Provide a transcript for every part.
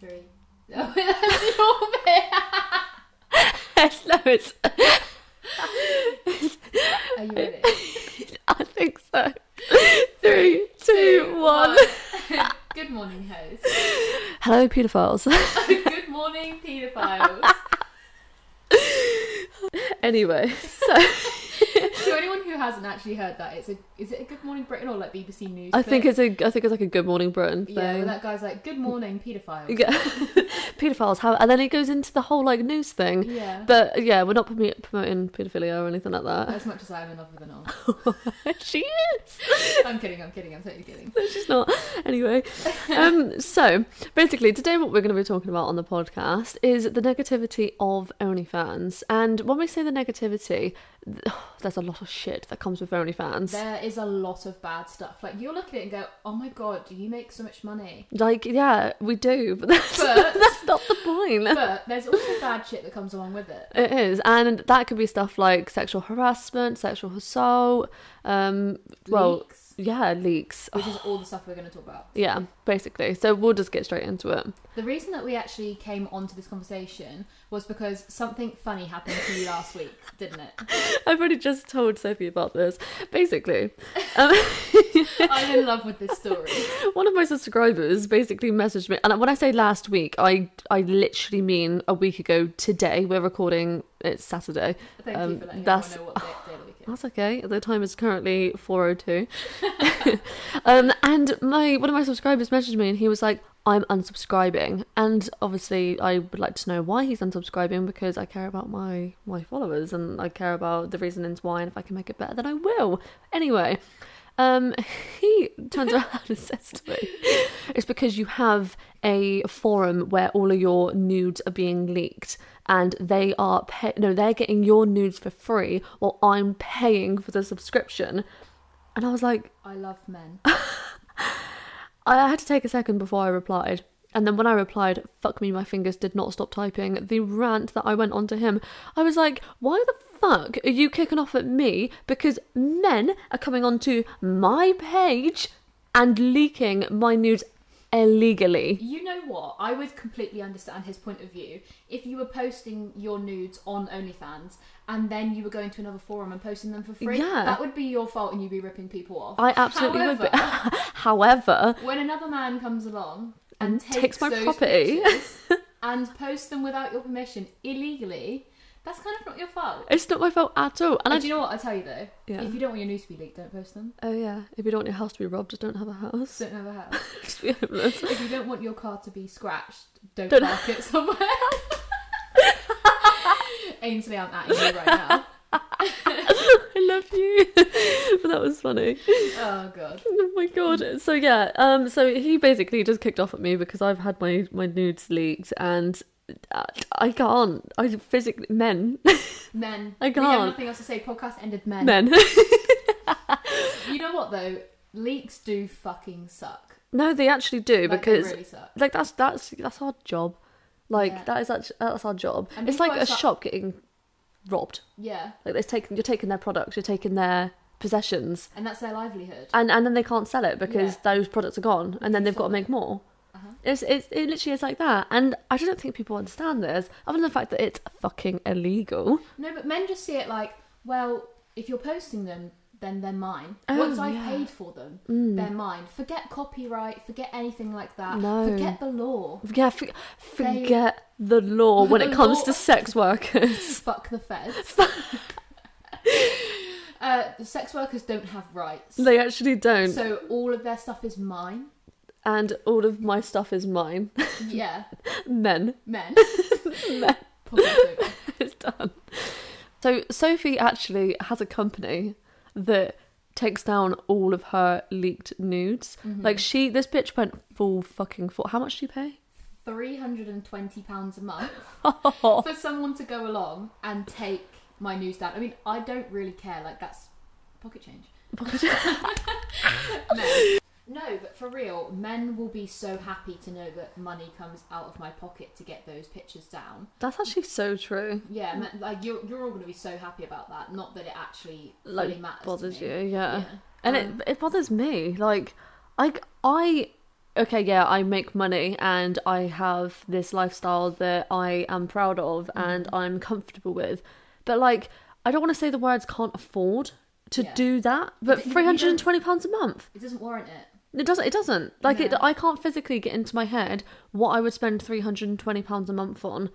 Three. No, that's your bit. no, it's. Are you ready? I think so. Three, two, one. Good morning, host. Hello, paedophiles. Good morning, paedophiles. anyway, so to anyone who hasn't actually heard that, it's a is it a Good Morning Britain or like BBC News? I think clip? it's a. I think it's like a Good Morning Britain thing. yeah. Where that guy's like, "Good morning, paedophiles." Yeah. paedophiles. How? And then it goes into the whole like news thing. Yeah. But yeah, we're not promo- promoting paedophilia or anything like as much as I'm in love with an all. that. she is. I'm kidding. I'm kidding. I'm totally kidding. She's not. Anyway, um, so basically, today what we're going to be talking about on the podcast is the negativity of OnlyFans. And when we say the negativity, th- there's a lot of shit that comes with OnlyFans. There is a lot of bad stuff. Like you'll look at it and go, "Oh my god, you make so much money." like, yeah, we do, but that's, But- that's not the point. But there's also bad shit that comes along with it. It is, and that could be stuff like sexual harassment, sexual assault. Um, well, Leaks, yeah, leaks. which is all the stuff we're going to talk about. Yeah, basically. So we'll just get straight into it. The reason that we actually came onto this conversation was because something funny happened to you last week, didn't it? I've already just told Sophie about this. Basically, I'm in love with this story. one of my subscribers basically messaged me, and when I say last week, I I literally mean a week ago today. We're recording. It's Saturday. Thank Um, you for letting that's- everyone know what day, day of the week is. That's okay. The time is currently 4:02. um and my one of my subscribers messaged me and he was like I'm unsubscribing. And obviously I would like to know why he's unsubscribing because I care about my my followers and I care about the reasonings why and if I can make it better then I will. Anyway, um he turns around and says to me it's because you have a forum where all of your nudes are being leaked and they are pay- no they're getting your nudes for free while i'm paying for the subscription and i was like I love men. i had to take a second before i replied and then when i replied fuck me my fingers did not stop typing the rant that i went on to him i was like why the fuck are you kicking off at me because men are coming onto my page and leaking my nudes illegally You know what? I would completely understand his point of view if you were posting your nudes on OnlyFans and then you were going to another forum and posting them for free. Yeah. That would be your fault and you'd be ripping people off. I absolutely would be. However, However, when another man comes along and, And takes, takes my those property. pictures and posts them without your permission illegally, that's kind of not your fault. it's not my fault at all. And And I do you know what I tell you though? Yeah. If you don't want your news to be leaked, don't post them. oh yeah, if you don't want your house to be robbed, just don't have a house. Don't have a house. Just be homeless. if you don't want your car to be scratched, don't, Don't- park it somewhere. Ainsley, I'm at you right now. I love you. but that was funny. Oh god. Oh my god. So yeah, um, so he basically just kicked off at me because I've had my my nudes leaked and. uh, I can't. I physically men, Men. I We have can't. nothing else to say. Podcast ended men. men. You know what though? Leaks do fucking suck. no, they actually do Like, they because really suck. like that's that's that's our job like Yeah. that is actually, that's our job And it's people like are a so- shop getting robbed Yeah. like they're taking you're taking their products you're taking their possessions And that's their livelihood. and and then they can't sell it because Yeah. those products are gone and then they've got to make more Uh-huh. it's, it's it literally is like that and i don't think people understand this other than the fact that it's fucking illegal No, but men just see it like, well, if you're posting them, then they're mine. Oh, Once I've yeah. paid for them, Mm. they're mine. Forget copyright, forget anything like that. No. Forget the law. yeah for, forget the law when it The comes law. to sex workers Fuck the feds. uh, the sex workers don't have rights. they actually don't so all of their stuff is mine. and all of my stuff is mine Yeah, men men. Men. Podcast over. it's done. So Sophie actually has a company that takes down all of her leaked nudes. Mm-hmm. Like she, this bitch went full fucking for. How much do you pay? £320 a month for someone to go along and take my news down. I mean, I don't really care. Like, that's pocket change. no. no, but for real, men will be so happy to know that money comes out of my pocket to get those pictures down. That's actually so true. Yeah, men, like you're, you're all going to be so happy about that. Not that it actually Like really matters. to bothers me. you, yeah. Yeah. And it it bothers me. Like I I okay, yeah, I make money and I have this lifestyle that I am proud of and Mm-hmm. I'm comfortable with. But like, I don't want to say the words can't afford to Yeah. do that, but But you- you three don't- hundred and twenty pounds a month. It doesn't warrant it. It doesn't. It doesn't. Like it. No. I can't physically get into my head what I would spend three hundred and twenty pounds a month on,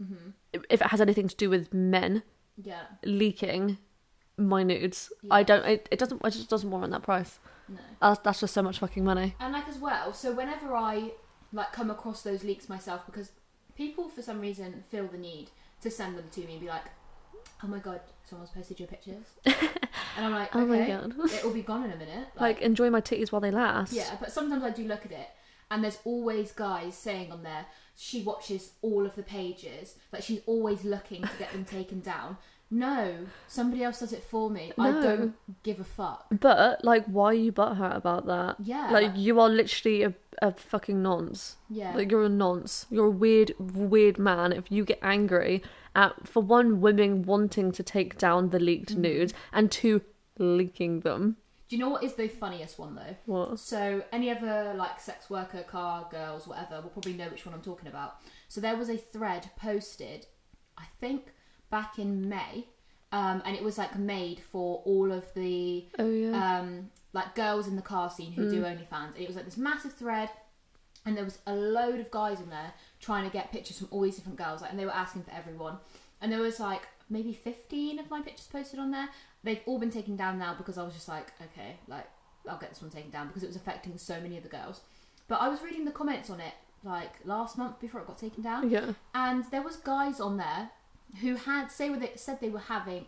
Mm-hmm. if- if it has anything to do with men Yeah. leaking my nudes. I Yeah. don't. It, it doesn't. It just doesn't warrant that price. No. That's, that's just so much fucking money. And like as well, so whenever I like come across those leaks myself, because people for some reason feel the need to send them to me and be like, "Oh my god, someone's posted your pictures," and I'm like, Oh my "Okay, God." it will be gone in a minute." Like, enjoy my titties while they last. Yeah, but sometimes I do look at it, and there's always guys saying on there, she watches all of the pages, like she's always looking to get them taken down. No, somebody else does it for me. I No. don't give a fuck. But like, why are you butthurt about that? Yeah. Like, you are literally a, a fucking nonce. Yeah. Like, you're a nonce. You're a weird, weird man. If you get angry at, for one, women wanting to take down the leaked Mm-hmm. nudes, and two, leaking them. Do you know what is the funniest one though? What? So any other like sex worker, car girls, whatever, will probably know which one I'm talking about. So there was a thread posted, I think back in May, um, and it was like made for all of the Oh yeah. um, like girls in the car scene who do OnlyFans. It was like this massive thread, and there was a load of guys in there trying to get pictures from all these different girls, like, and they were asking for everyone. And there was like maybe fifteen of my pictures posted on there. They've all been taken down now because I was just like, okay, like I'll get this one taken down because it was affecting so many of the girls. But I was reading the comments on it like last month before it got taken down Uh, yeah. and there was guys on there who had say what they said they were having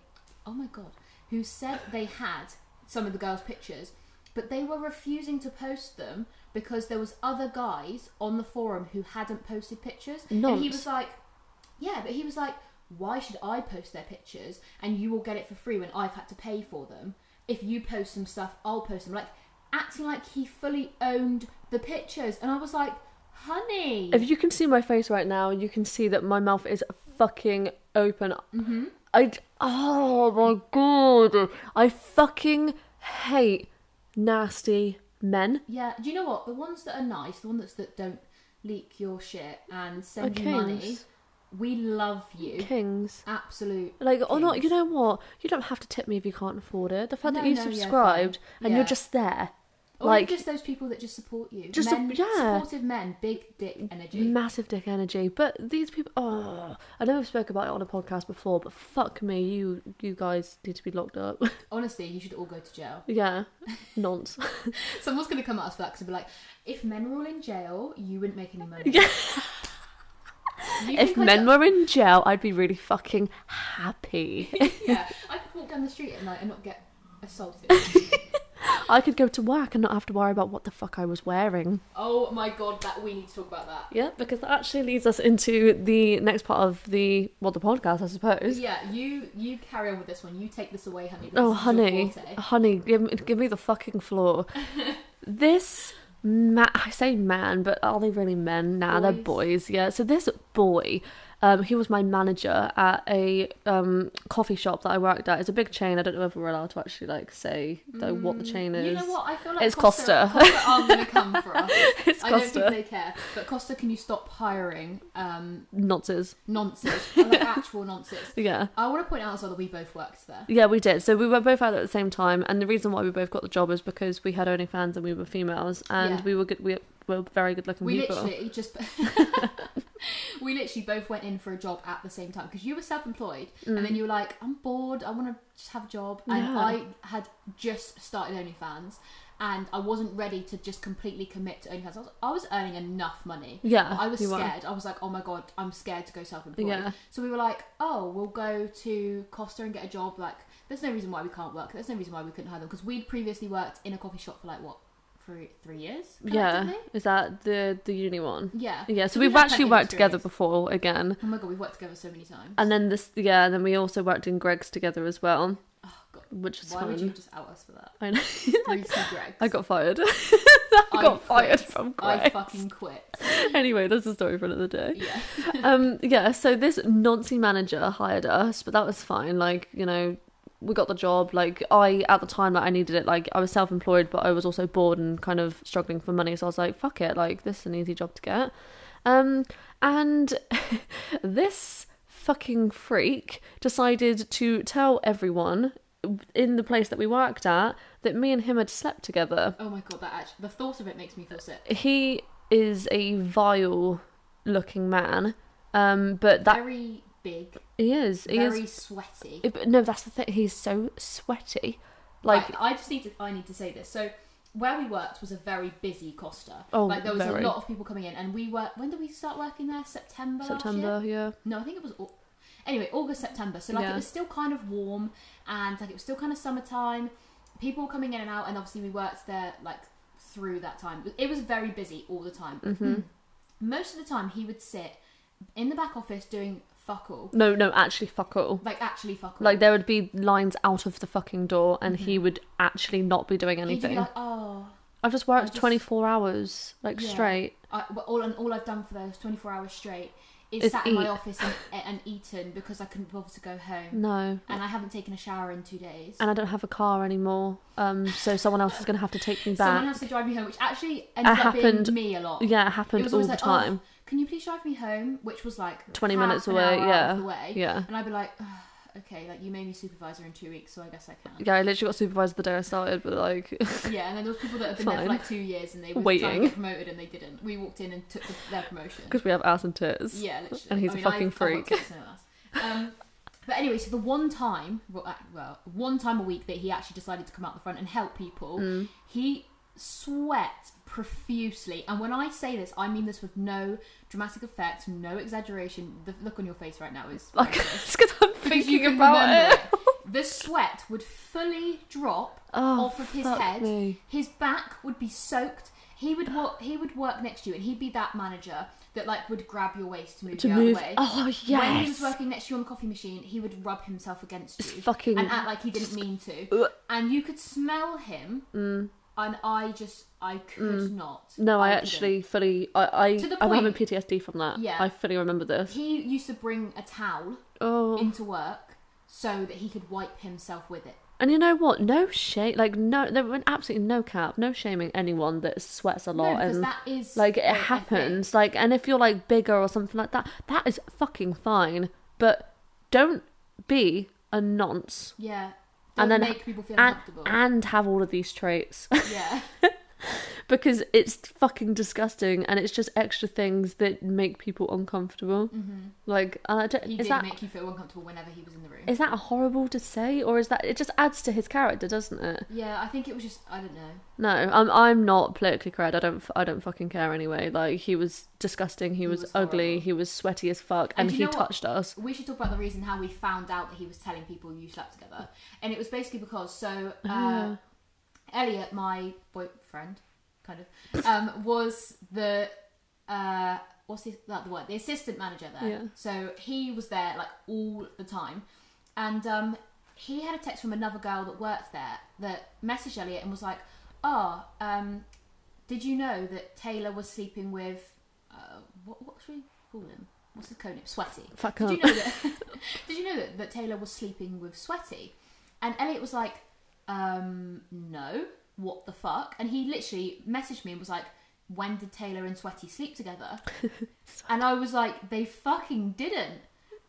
oh my god who said they had some of the girls pictures but they were refusing to post them because there was other guys on the forum who hadn't posted pictures and he Nonce. was like yeah but he was like why should i post their pictures and you will get it for free when i've had to pay for them if you post some stuff i'll post them like acting like he fully owned the pictures and i was like honey If you can see my face right now, you can see that my mouth is fucking open. Mm-hmm. I oh my god, I fucking hate nasty men. Yeah, do you know what? The ones that are nice, the ones that don't leak your shit and send you money, kings. we love you. Kings. Absolute. Like or not, you Kings. know what? You don't have to tip me if you can't afford it. The fact No, that you no, yeah, fine. subscribed and Yeah. you're just there, Or like- just those people that just support you. Just men, sup- yeah. Mm. supportive men, big dick energy. massive dick energy. But these people, oh, I know I've spoke about it on a podcast before, but fuck me, you you guys need to be locked up. Honestly, you should all go to jail. yeah, nonce. Someone's gonna come at us for that 'cause they'll be like, if men were all in jail, you wouldn't make any money. Yeah. You If think I men do- were in jail, I'd be really fucking happy. yeah, I could walk down the street at night and not get assaulted. I could go to work and not have to worry about what the fuck I was wearing. oh my god, that we need to talk about that. Yeah, because that actually leads us into the next part of the well, the podcast, I suppose. Yeah, you you carry on with this one. You take this away, honey. because Oh, this is your honey, forte. honey, give me, give me the fucking floor. this ma- I say man, but are they really men? Nah, they're boys. Yeah. So this boy, um, he was my manager at a um coffee shop that I worked at. It's a big chain. I don't know if we're allowed to actually like say though what the chain is. Mm. You know what? I feel like It's Costa, Costa. Costa aren't going to come for us. It's I don't Costa. think they care. But Costa, can you stop hiring um, Nonsense. nonsense? like actual nonsense. Yeah. I want to point out as well that we both worked there. Yeah, we did. So we were both out there at the same time, and the reason why we both got the job is because we had OnlyFans and we were females, and Yeah. we were good. We were very good-looking We people. literally just. we literally both went in for a job at the same time because you were self employed and then you were like, I'm bored, I want to just have a job. And Mm. Yeah. I had just started OnlyFans and I wasn't ready to just completely commit to OnlyFans. I was, I was earning enough money. Yeah, But I was you were. scared. I was like, oh my god, I'm scared to go self employed. Yeah. So we were like, oh, we'll go to Costa and get a job. Like, there's no reason why we can't work. There's no reason why we couldn't hire them because we'd previously worked in a coffee shop for like what? Three, three years? Yeah, collectively? is that the the uni one? Yeah. Yeah, so, we we've had actually plenty of worked together experience. before again, Oh my god, we've worked together so many times. and then this yeah, then we also worked in Greg's together as well, oh god, which was why fun. would you just out us for that? I know. Greasy Greg. I got fired. I got fired quit. from I Greg. fucking quit. anyway, that's a story for another day. Yeah. um yeah so this nancy manager hired us but that was fine like you know we got the job. Like I at the time, like I needed it. Like I was self-employed, but I was also bored and kind of struggling for money. So I was like, fuck it. Like this is an easy job to get. Um, and this fucking freak decided to tell everyone in the place that we worked at that me and him had slept together. Oh my god, that actually, the thought of it makes me feel sick. He is a vile looking man. Um, but that Very big, he is. He very is. sweaty. But no, that's the thing. He's so sweaty. Like Like I just need to I need to say this. So where we worked was a very busy Costa. Oh, like there was very. a lot of people coming in, and we were. When did we start working there? September. last year? September, yeah. No, I think it was. Au- Anyway, August, September. So like Yeah. it was still kind of warm, and like it was still kind of summertime. People were coming in and out, and obviously we worked there like through that time. It was very busy all the time. Mm-hmm. Most of the time, he would sit in the back office doing fuck all, No, no, actually, fuck all. like actually fuck all. Like there would be lines out of the fucking door, and he would actually not be doing Mm-hmm. He'd be anything. like, oh, I've just worked I just- 24 hours like Yeah. straight. I, well, all and all I've done for those 24 hours straight is Is sat in eat. Mm. my office and, and eaten because I couldn't bother to go home, No, and I haven't taken a shower in two days. and I don't have a car anymore. Um, so someone else is gonna have to take me Someone back. has to drive me home, which actually ended up happened- being me a lot. Yeah, it it happened was all always the like, time. Oh, can you please drive me home? Which was like 20 half minutes an away, hour out yeah. of the way. Yeah. and I'd be like, "Ugh, okay, like you made me supervisor in two weeks, so I guess I can. Yeah, I literally got supervised the day I started, but like, Yeah, and then there was people that had been there Fine. for like two years and they were trying Waiting. to get promoted and they didn't. We walked in and took the, their promotion. because we have ass and tits. Yeah, literally. And he's a I mean, fucking I've- I've got freak. tits and ass. Um, but anyway, so the one time, well, ac- well, one time a week that he actually decided to come out the front and help people, Mm. he sweat profusely. And when I say this, I mean this with no dramatic effect, no exaggeration. The look on your face right now is Like, it's because I'm because you thinking can about it. remember it. The sweat would fully drop Oh, off of his fuck head. me. His back would be soaked. He would work. He would work next to you, and he'd be that manager that like would grab your waist to move To you move. out of the way. Oh When he was yes. working next to you on the coffee machine, he would rub himself against you It's fucking- and act like he didn't mean Ugh. Mm. to, and you could smell him. And I just, I could not. No, I couldn't. actually fully. I, To the I I'm having point- PTSD from that. Yeah. I fully remember this. He used to bring a towel Oh. into work so that he could wipe himself with it. And you know what? No shame. Like no, there were absolutely no cap. No shaming anyone that sweats a No, lot because and that is like a- a it thing. happens. Like and if you're like bigger or something like that, that is fucking fine. But don't be a nonce Yeah. And Don't then- make people feel and uncomfortable. and have all of these traits yeah. because it's fucking disgusting and it's just extra things that make people uncomfortable. Like I don't, He is did that make Mm-hmm. you feel uncomfortable whenever he was in the room. is that horrible to say or is that it just adds to his character, doesn't it? yeah, I think it was just I don't know. No, I'm I'm not politically correct. I don't f- I don't fucking care anyway. Like he was disgusting. He, was, was ugly. horrible. He was sweaty as fuck, And and, do you he know what? touched us. We should talk about the reason how we found out that he was telling people you slept together, and it was basically because so uh, Ah. Elliot, my boyfriend, kind of, um, was the uh, what's the, that the word the assistant manager there. Yeah. So he was there like all the time, and um, he had a text from another girl that worked there that messaged Elliot and was like, "Ah, um, did you know that Taylor was sleeping with uh, what, what should we call him? What's his code name? Sweaty." Fuck Did up. you know that? did you know that, that Taylor was sleeping with Sweaty? And Elliot was like, um, no, what the fuck? And he literally messaged me and was like, when did Taylor and Sweaty sleep together? and I was like, they fucking didn't.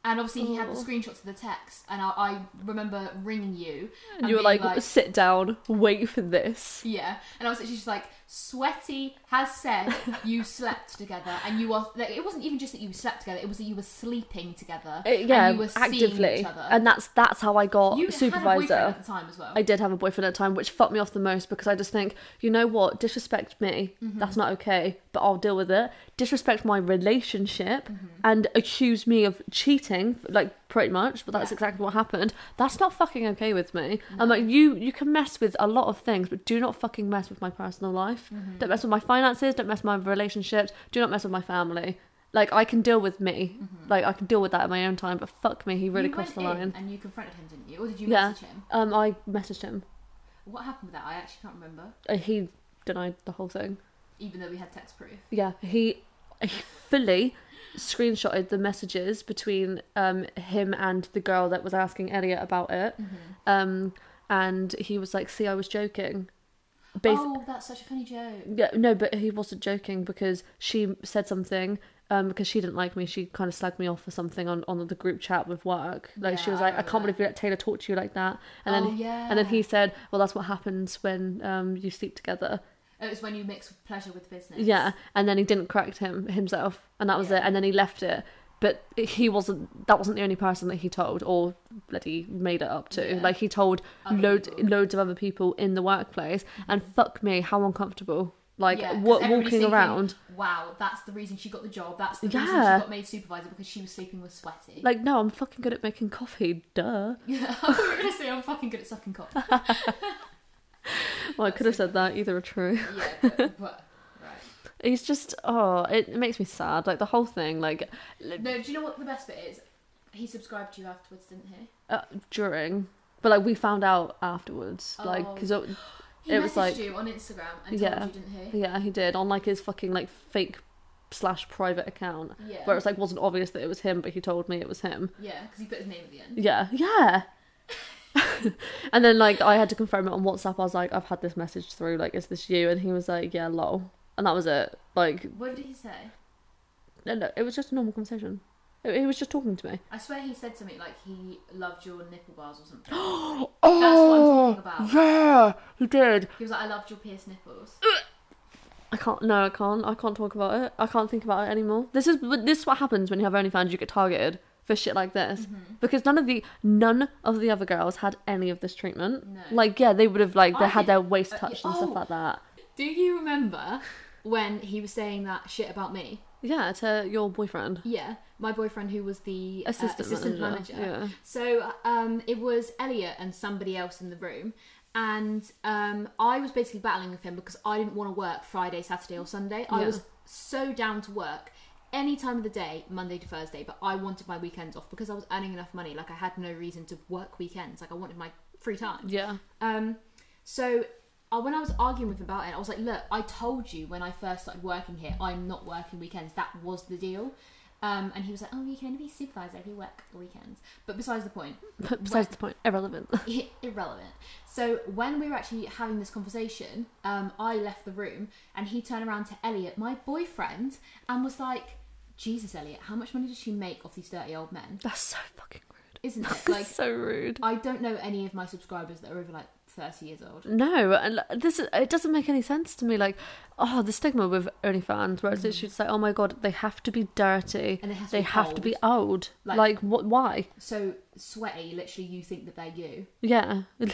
And obviously he had the Oh. screenshots of the text, and I, I remember ringing you. And you were being like, sit down, wait for this. yeah, and I was literally just like, Sweaty has said you slept together, and you are. Like, it wasn't even just that you slept together; it was that you were sleeping together. Uh, yeah, and you were actively. Seeing each other. And that's that's how I got you had a boyfriend supervisor. at the time as well. I did have a boyfriend at the time, which fucked me off the most because I just think, you know what, disrespect me, Mm-hmm. that's not okay, but I'll deal with it. Disrespect my relationship Mm-hmm. and accuse me of cheating, like pretty much, but that's Yeah. exactly what happened. That's not fucking okay with me. I'm like, you you can mess with a lot of things, but do not fucking mess with my personal life. Mm-hmm. Don't mess with my finances, don't mess with my relationships, do not mess with my family. Like I can deal with me, like I can deal with that at my own time. But fuck me, he really Mm-hmm. you crossed the went in line. and you confronted him, didn't you? Or did you Yeah. message him? Um, I messaged him. What happened with that? I actually can't remember. Uh, he denied the whole thing. Even though we had text proof. Yeah, he, he fully screenshotted the messages between um, him and the girl that was asking Elliot about it. Mm-hmm. Um, and he was like, "See, I was joking." Bas- oh, that's such a funny joke. Yeah, no, but he wasn't joking because she said something um, because she didn't like me. She kind of slagged me off for something on, on the group chat with work. Like she Yeah, was I like, "I remember can't that. believe you let Taylor talk to you like that." And Oh, then and then yeah. he said, "Well, that's what happens when um, you sleep together." It was Oh, when you mix pleasure with business. Yeah, and then he didn't correct him himself, and that was Yeah. it. And then he left it, but he wasn't. That wasn't the only person that he told, or bloody made it up to. Yeah. Like he told Other loads, people. Mm-hmm. loads of other people in the workplace, and fuck me, how uncomfortable. Like Yeah, 'cause wa- everybody's walking thinking, around. Wow, that's the reason she got the job. That's the reason she Yeah. got made supervisor because she was sleeping with sweaty. Like no, I'm fucking good at making coffee. Duh. yeah, I was gonna say I'm fucking good at sucking cock. yeah, Well, I could have said that. Either are true. but, but right. It's just oh, it, it makes me sad. Like the whole thing. Like No, do you know what the best bit is? He subscribed to you afterwards, didn't he? uh, during, but like we found out afterwards. Like Oh. 'cause Like because. He It messaged was like- you on Instagram and Yeah. told you, didn't he? Yeah, he did on like his fucking like fake slash private account, Yeah. where it's like wasn't obvious that it was him, but he told me it was him. Yeah, because he put his name at the end. Yeah, yeah. and then like I had to confirm it on WhatsApp. I was like, I've had this message through. Like, is this you? And he was like, Yeah, lol. And that was it. Like, What did he say? no, no, it was just a normal conversation. He he was just talking to me. I swear he said something like he loved your nipple bars or something. Oh, talking about. yeah, he did. He was like, I loved your pierced nipples. I can't. No, I can't. I can't talk about it. I can't think about it anymore. This is this is what happens when you have OnlyFans. You get targeted for shit like this Mm-hmm. because none of the none of the other girls had any of this treatment. No. Like, yeah, they would have like they I had did- their waist uh, touched yeah, and stuff oh. like that. Do you remember when he was saying that shit about me? Yeah, to your boyfriend, Yeah, my boyfriend who was the uh, assistant, assistant manager. manager. So um, it was Elliot and somebody else in the room. And um, I was basically battling with him because I didn't want to work Friday, Saturday, or Sunday. I Yeah. was so down to work any time of the day, Monday to Thursday, but I wanted my weekends off because I was earning enough money. Like I had no reason to work weekends. Like I wanted my free time. Yeah, Um, so I, when I was arguing with him about it, I was like, look, I told you when I first started working here, I'm not working weekends. That was the deal. Um, and he was like, oh, you can only be supervisor if you work weekends. But besides the point, yeah. Besides the point, irrelevant. irrelevant. So when we were actually having this conversation, um, I left the room and he turned around to Elliot, my boyfriend, and was like, Jesus, Elliot, how much money does she make off these dirty old men? That's so fucking rude. Isn't it? That's Like, so rude. I don't know any of my subscribers that are over like 30 years old. No, and like, this is, it doesn't make any sense to me. Like, oh, the stigma with OnlyFans, where it's Mm-hmm. literally just like, oh my god, they have to be dirty, And they have to they be have to old. be old. Like, Like- what? Why? so sweaty literally you think that they're you Yeah,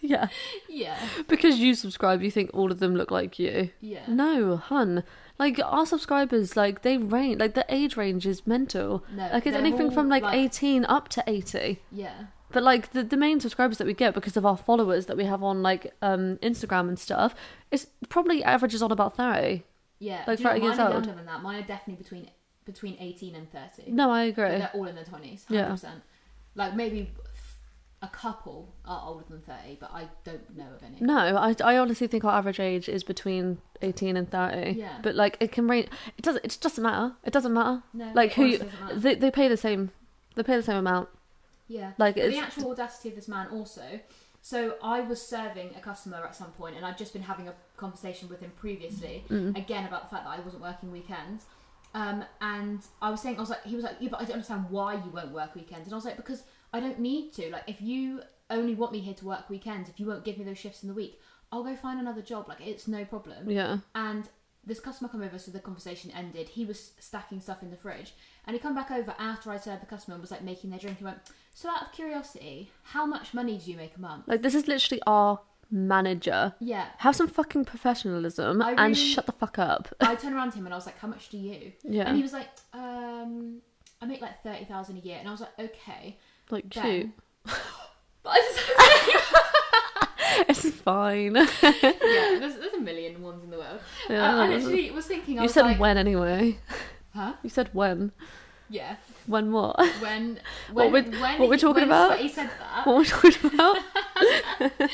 yeah. yeah Because you subscribe, you think all of them look like you. yeah No, hun. Like our subscribers, like they range, like the age range is mental. No, like it's they're anything all, from like, like- eighteen up to eighty. yeah But like the, the main subscribers that we get because of our followers that we have on like um Instagram and stuff, it's probably averages on about thirty. yeah Like Do you know 30 what? years mine are old. younger than that mine are definitely between between 18 and 30 No, I But agree. they're all in their 20s 100% Yeah. like maybe a couple are older than 30 but i don't know of any No, I, I honestly think our average age is between eighteen and thirty. Yeah. But like it can range. It doesn't. It doesn't matter. It doesn't matter. No, like it who you, honestly doesn't matter. they they pay the same. They pay the same amount. yeah Like But it's the actual audacity of this man also so i was serving a customer at some point and i'd just been having a conversation with him previously Mm-hmm. again about the fact that i wasn't working weekends um, and i was saying i was like he was like yeah but i don't understand why you won't work weekends and i was like because i don't need to like if you only want me here to work weekends if you won't give me those shifts in the week i'll go find another job like it's no problem yeah. and this customer come over, so the conversation ended. He was stacking stuff in the fridge, and he come back over after I served the customer and was like making their drink. He went, "So out of curiosity, how much money do you make a month?" Like this is literally our manager. Yeah, Have some fucking professionalism I and really- shut the fuck up. I turned around to him and I was like, "How much do you?" Yeah. and he was like, "Um, I make like thirty thousand a year," and I was like, "Okay." Like then- cute. But I just It's fine. yeah, there's, there's a million ones in the world. Yeah. I, I literally was thinking, I you was said like, when anyway. "Huh? You said when. Yeah." When what? Uh, When when What we're- when what we're he- talking when about? Sweaty said that. What were we talking about?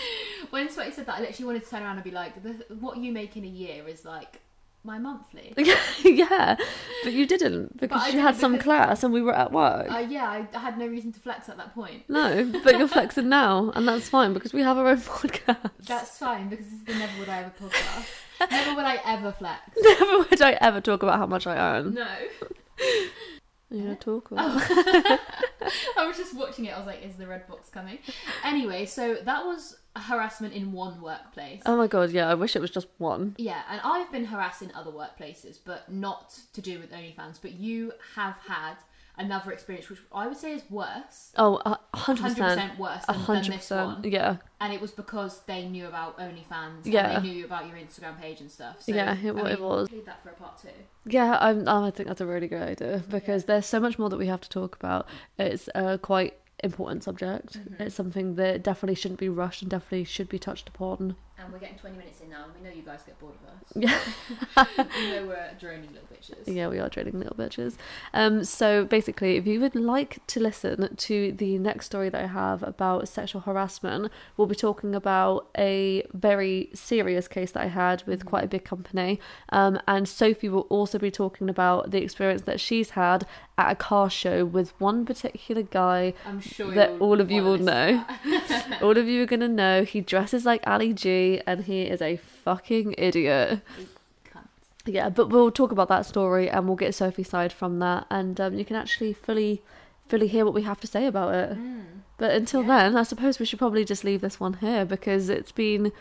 When Sweaty said that, I literally wanted to turn around and be like, the, "What you make in a year is like my monthly." yeah. But you didn't I because you didn't had some because- class and we were at work. Uh, yeah, I, I had no reason to flex at that point. No, but you're flexing now, and that's fine because we have our own podcast. That's fine because this is the Never Would I Ever podcast. Never would I ever flex. Never would I ever talk about how much I earn. No. You know, talk about. Oh. I was just watching it. I was like, is the red box coming? Anyway, so that was harassment in one workplace. Oh my god, yeah, I wish it was just one. Yeah, and I've been harassed in other workplaces, but not to do with OnlyFans. But you have had another experience, which I would say is worse, Oh, a 100%. 100%. 100% worse A than, than hundred this one. percent. Yeah, And it was because they knew about OnlyFans. Yeah. And they knew about your Instagram page and stuff. So, Yeah, it- I it mean, was. Leave that for a part two. yeah. I'm, um, I think that's a really good idea because there's so much more that we have to talk about. It's a quite important subject. It's something that definitely shouldn't be rushed and definitely should be touched upon. And we're getting 20 minutes in now, and we know you guys get bored of us. Yeah. we know we're droning little bitches. Yeah, we are draining little bitches. Um, so basically, if you would like to listen to the next story that I have about sexual harassment, we'll be talking about a very serious case that I had with quite a big company. Um, and Sophie will also be talking about the experience that she's had at a car show with one particular guy I'm sure that you'll all of you wanna will listen to know. that. all of you are gonna know he dresses like Ali G, and he is a fucking idiot. Cunt. Yeah, but we'll talk about that story and we'll get Sophie's side from that, and um, you can actually fully, fully hear what we have to say about it. But until Mm. Yeah. then, I suppose we should probably just leave this one here because it's been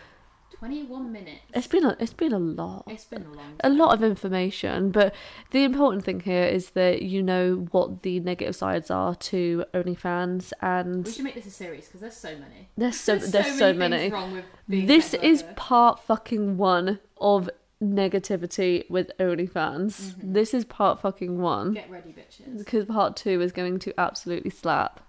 21 minutes. it's been a, it's been a lot, It's been a long a lot of information. But the important thing here is that you know what the negative sides are to OnlyFans, We and should make this a series because there's so many. there's so there's so, things many. wrong with being This sex is worker. part fucking one of negativity with OnlyFans. Mm-hmm. This is part fucking one. get ready, bitches. because part two is going to absolutely slap.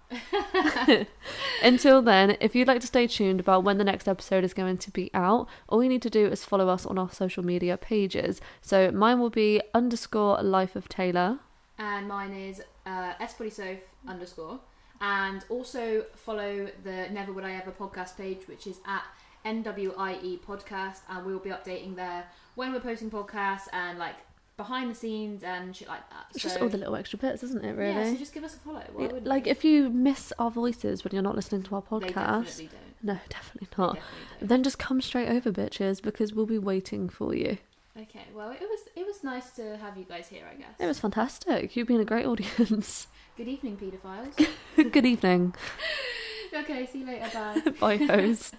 Until then, if you'd like to stay tuned about when the next episode is going to be out, all you need to do is follow us on our social media pages. So mine will be underscore life of Taylor. And mine is uh, sbodysof underscore, and also follow the Never Would I Ever podcast page, which is at NWIE E podcast, and we will be updating there when we're posting podcasts and like behind the scenes and shit like that. It's just So- all the little extra bits, isn't it? Really. Yeah, so just give us a follow. Why Yeah, wouldn't like you? if you miss our voices when you're not listening to our they podcast, definitely don't. no, definitely not. Definitely Then just come straight over, bitches, because we'll be waiting for you. don't. Okay, well, it was it was nice to have you guys here, I guess. It was fantastic. You've been a great audience. Good evening, paedophiles. Good evening. okay, see you later. Bye. Bye, hoes.